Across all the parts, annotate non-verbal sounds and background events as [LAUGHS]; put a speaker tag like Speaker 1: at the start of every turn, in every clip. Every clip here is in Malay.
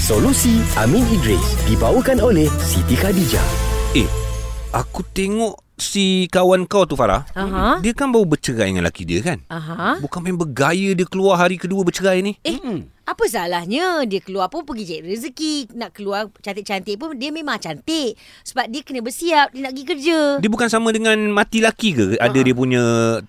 Speaker 1: Solusi Amin Idris dibawakan oleh Siti Khadijah.
Speaker 2: Eh, aku tengok si kawan kau tu Farah.
Speaker 3: Aha.
Speaker 2: Dia kan baru bercerai dengan lelaki dia kan?
Speaker 3: Aha.
Speaker 2: Bukan main bergaya dia keluar hari kedua bercerai ni.
Speaker 3: Eh, apa salahnya dia keluar pun pergi cari rezeki. Nak keluar cantik-cantik pun dia memang cantik. Sebab dia kena bersiap, dia nak pergi kerja.
Speaker 2: Dia bukan sama dengan mati laki ke? Ada dia punya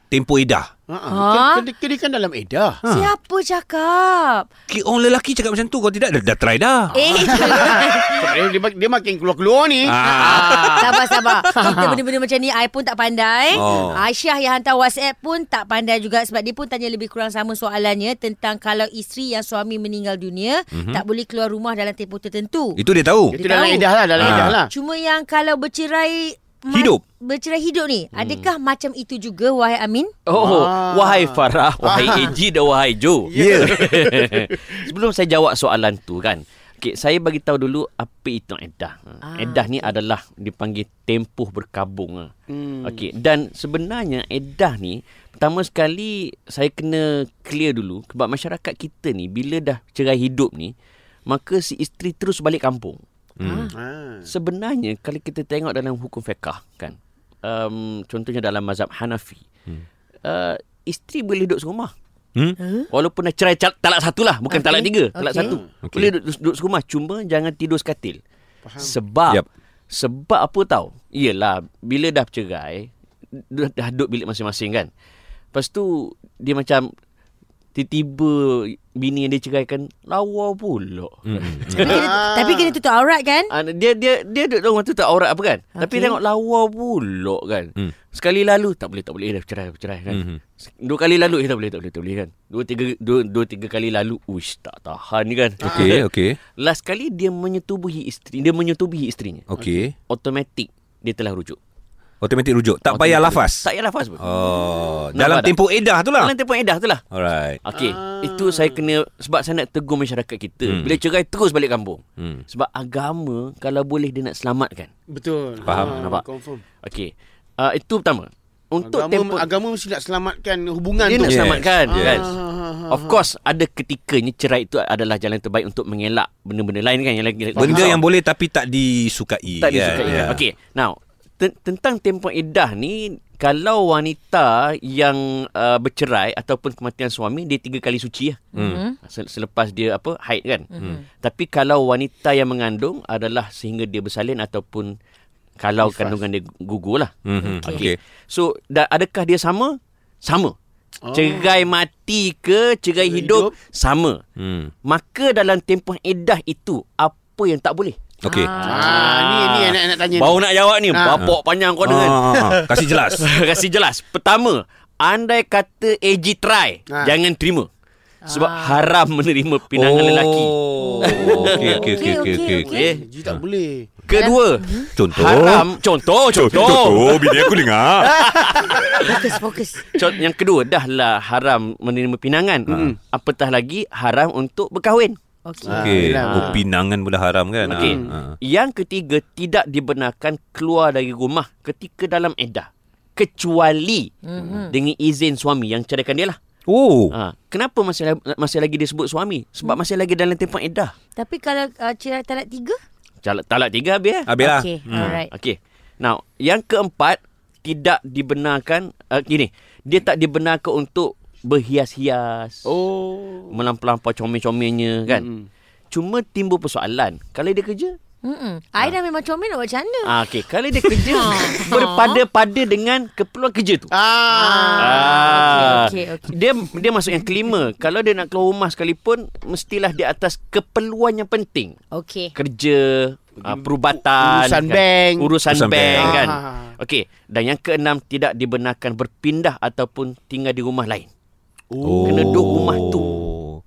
Speaker 2: tempo edah.
Speaker 3: Ha?
Speaker 4: Ha? Kita kan dalam edah.
Speaker 2: Ha.
Speaker 3: Siapa cakap?
Speaker 2: Ki- Orang lelaki cakap macam tu kau tidak dah, dah try dah.
Speaker 3: Eh,
Speaker 4: Sebab dia, dia, dia makin keluar-keluar ni.
Speaker 2: Ah.
Speaker 3: [LAUGHS]
Speaker 4: Ah.
Speaker 3: sabar-sabar.
Speaker 2: [LAUGHS]
Speaker 3: Kita benda-benda macam ni, I pun tak pandai.
Speaker 2: Oh.
Speaker 3: Aisyah yang hantar WhatsApp pun tak pandai juga sebab dia pun tanya lebih kurang sama soalannya tentang kalau isteri yang suami meninggal dunia
Speaker 2: Mhm.
Speaker 3: tak boleh keluar rumah dalam tempoh tertentu.
Speaker 2: Itu dia tahu.
Speaker 4: Itu dalam
Speaker 3: tahu.
Speaker 4: edah lah, dalam
Speaker 2: Ha.
Speaker 4: edah lah.
Speaker 3: Cuma yang kalau bercerai ma-
Speaker 2: Hidup.
Speaker 3: Bercerai hidup ni Adakah macam itu juga Wahai Amin?
Speaker 5: Oh,
Speaker 4: Ah.
Speaker 5: wahai Farah, wahai Eji dan wahai Jo.
Speaker 2: Ya.
Speaker 5: [LAUGHS] Sebelum saya jawab soalan tu kan. Okey, saya bagi tahu dulu apa itu edah.
Speaker 3: Ah,
Speaker 5: Ah, edah ni adalah dipanggil tempoh berkabung. Hmm. Okey, dan sebenarnya edah ni pertama sekali saya kena clear dulu sebab masyarakat kita ni bila dah cerai hidup ni maka si isteri terus balik kampung.
Speaker 2: Hmm.
Speaker 4: Ha.
Speaker 5: Sebenarnya kalau kita tengok dalam hukum fiqah kan. Um, contohnya dalam mazhab Hanafi. Hmm. Uh, isteri boleh duduk serumah.
Speaker 2: Hmm?
Speaker 5: Walaupun dah cerai cal- talak satu lah
Speaker 3: Okey.
Speaker 5: Bukan okay. talak tiga Talak
Speaker 3: Okey.
Speaker 5: satu
Speaker 2: Okey.
Speaker 5: Hmm, okay. Boleh duduk, duduk serumah Cuma jangan tidur sekatil Sebab
Speaker 2: Yap.
Speaker 5: yep. Sebab apa tahu Yelah Bila dah bercerai Dah, dah duduk bilik masing-masing kan Lepas tu Dia macam Tiba-tiba Bini yang dia ceraikan Lawa pula hmm.
Speaker 3: Tapi, kena, tapi kena tutup aurat kan?
Speaker 5: Ah, Dia dia dia duduk rumah tu tak aurat apa kan okay. Tapi
Speaker 3: Okey.
Speaker 5: tengok lawa pula kan
Speaker 2: Hmm.
Speaker 5: Sekali lalu Tak boleh tak boleh eh, Dah bercerai bercerai kan
Speaker 2: Mhm.
Speaker 5: Dua kali lalu eh, tak boleh tak boleh tak boleh kan. Dua tiga dua, dua tiga kali lalu uish tak tahan ni kan.
Speaker 2: Okey, okey.
Speaker 5: Last kali dia menyetubuhi isteri, dia menyetubuhi isterinya.
Speaker 2: Okey.
Speaker 5: Automatik dia telah rujuk.
Speaker 2: Automatik rujuk. Tak payah lafaz.
Speaker 5: Tak payah lafaz pun.
Speaker 2: Oh,
Speaker 5: Nampak
Speaker 2: dalam
Speaker 5: tak?
Speaker 2: tempo edah tu lah.
Speaker 5: Dalam tempoh edah tu lah.
Speaker 2: Alright.
Speaker 5: Okey, itu saya kena sebab saya nak tegur masyarakat kita.
Speaker 2: Hmm.
Speaker 5: Bila cerai terus balik kampung.
Speaker 2: Hmm.
Speaker 5: Sebab agama kalau boleh dia nak selamatkan.
Speaker 4: Betul.
Speaker 2: Faham,
Speaker 4: Ha,
Speaker 5: nampak?
Speaker 4: Confirm.
Speaker 5: Okey. Uh, itu pertama. Untuk
Speaker 4: agama,
Speaker 5: tempoh
Speaker 4: agama mesti nak selamatkan hubungan
Speaker 5: dia
Speaker 4: tu. Ah,
Speaker 5: nak
Speaker 2: Yes.
Speaker 5: selamatkan
Speaker 2: Yes.
Speaker 5: kan.
Speaker 4: Ha, ha, ha,
Speaker 5: Of course ada ketikanya cerai itu adalah jalan terbaik untuk mengelak benda-benda lain kan yang lagi
Speaker 2: Benda yang boleh tapi tak disukai. kan?
Speaker 5: tak disukai.
Speaker 2: Ya.
Speaker 5: Yeah. Okey. Now, ten- tentang tempoh iddah ni kalau wanita yang uh, bercerai ataupun kematian suami dia tiga kali suci ya. Hmm. Selepas dia apa haid kan. Hmm. Tapi kalau wanita yang mengandung adalah sehingga dia bersalin ataupun kalau
Speaker 4: Nifas.
Speaker 5: kandungan dia gugur lah.
Speaker 2: Mhm, Okey.
Speaker 5: Okey. So da, adakah dia sama?
Speaker 4: Oh.
Speaker 5: Sama. Oh. Cerai mati ke cerai hidup, hidup sama.
Speaker 2: Hmm.
Speaker 5: Maka dalam tempoh iddah itu apa yang tak boleh?
Speaker 2: Okey.
Speaker 4: Ah, ni ni yang nak, nak tanya.
Speaker 5: Baru nak jawab ni
Speaker 4: Ah.
Speaker 5: Bapak panjang kau dengan [LAUGHS]
Speaker 2: Ah, kasih jelas.
Speaker 5: Kasih jelas Pertama Andai kata AG try
Speaker 4: Ah.
Speaker 5: Jangan terima Sebab haram menerima pinangan lelaki
Speaker 2: Oh. Okey, okey, okey, okey, okey.
Speaker 3: Okey.
Speaker 4: ni. Ji tak boleh.
Speaker 5: Kedua
Speaker 4: Hmm.
Speaker 2: Contoh.
Speaker 5: Haram Contoh Contoh Ah.
Speaker 2: bini aku dengar.
Speaker 3: Fokus, fokus.
Speaker 5: Contoh yang kedua Dahlah haram menerima pinangan Apatah lagi Haram untuk berkahwin
Speaker 3: Okey.
Speaker 2: Okey,
Speaker 4: Ah.
Speaker 2: oh, pinangan pula haram kan.
Speaker 5: Okey.
Speaker 2: Ah, ah.
Speaker 5: Yang ketiga tidak dibenarkan keluar dari rumah ketika dalam edah kecuali dengan izin suami yang ceraikan dia lah.
Speaker 2: Oh.
Speaker 5: Ha, kenapa masih la- masih lagi disebut suami? Sebab masih lagi dalam tempoh edah.
Speaker 3: Tapi kalau uh, cerai talak tiga?
Speaker 5: Talak, talak tiga habis eh.
Speaker 2: Habislah.
Speaker 3: Okey,
Speaker 2: Hmm.
Speaker 3: alright.
Speaker 5: Okey. Now, yang keempat tidak dibenarkan uh, gini, dia tak dibenarkan untuk berhias-hias.
Speaker 4: Oh.
Speaker 5: Melampau-lampau comel-comelnya kan. Cuma timbul persoalan. Kalau dia kerja,
Speaker 3: Mm-mm. I Hmm. dah memang comel nak buat macam mana?
Speaker 5: ah okey, kalau
Speaker 3: [LAUGHS]
Speaker 5: dia kerja
Speaker 3: Ah.
Speaker 5: berpada-pada dengan keperluan kerja tu.
Speaker 4: Ah.
Speaker 5: Ah.
Speaker 3: okey, okey.
Speaker 5: Dia dia masuk yang kelima. Kalau dia nak keluar rumah sekalipun mestilah di atas keperluan yang penting.
Speaker 3: Okey.
Speaker 5: Kerja, uh, perubatan, kan?
Speaker 4: urusan bank.
Speaker 5: urusan,
Speaker 2: Urusan
Speaker 5: urusan bank,
Speaker 2: bank.
Speaker 5: kan.
Speaker 4: Ah.
Speaker 5: Okey, dan yang keenam tidak dibenarkan berpindah ataupun tinggal di rumah lain.
Speaker 2: Oh.
Speaker 5: Kena duduk rumah tu.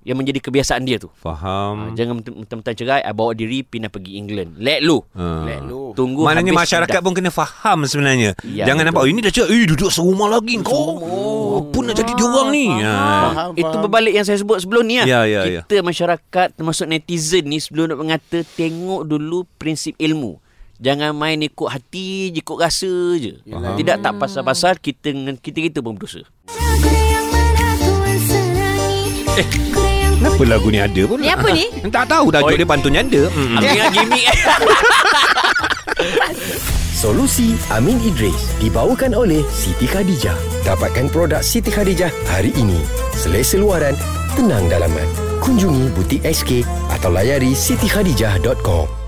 Speaker 5: Yang menjadi kebiasaan dia tu. Ah,
Speaker 2: Faham.
Speaker 5: Jangan mentang-mentang cerai, I bawa diri pindah pergi England. Let lu.
Speaker 2: Ah.
Speaker 4: Let low.
Speaker 5: Tunggu
Speaker 2: Maknanya
Speaker 5: habis
Speaker 2: masyarakat
Speaker 5: dah.
Speaker 2: pun kena faham sebenarnya.
Speaker 5: Ya,
Speaker 2: Jangan
Speaker 5: betul.
Speaker 2: nampak oh, ini dah cakap, eh duduk serumah lagi kau. Oh, apa nak jadi dia orang ni? Ha.
Speaker 4: Faham,
Speaker 5: Itu
Speaker 4: faham.
Speaker 5: berbalik yang saya sebut sebelum ni lah.
Speaker 2: Ya, ya, ya.
Speaker 5: Kita masyarakat termasuk netizen ni sebelum nak mengata tengok dulu prinsip ilmu. Jangan main ikut hati je, ikut rasa je.
Speaker 4: Faham.
Speaker 5: Tidak tak pasal-pasal kita dengan kita kita pun berdosa.
Speaker 6: Lagu yang mana aku yang senangi, eh. yang
Speaker 2: Kenapa lagu ni ada pun?
Speaker 3: Ni apa ni?
Speaker 2: [LAUGHS] Tak tahu tajuk
Speaker 5: Oi.
Speaker 2: dia pantun nyanda. Hmm.
Speaker 5: Aku ingat gimmick
Speaker 1: Solusi Amin Idris dibawakan oleh Siti Khadijah. Dapatkan produk Siti Khadijah hari ini. Selesa luaran, tenang dalaman. Kunjungi butik SK atau layari sitikhadijah.com.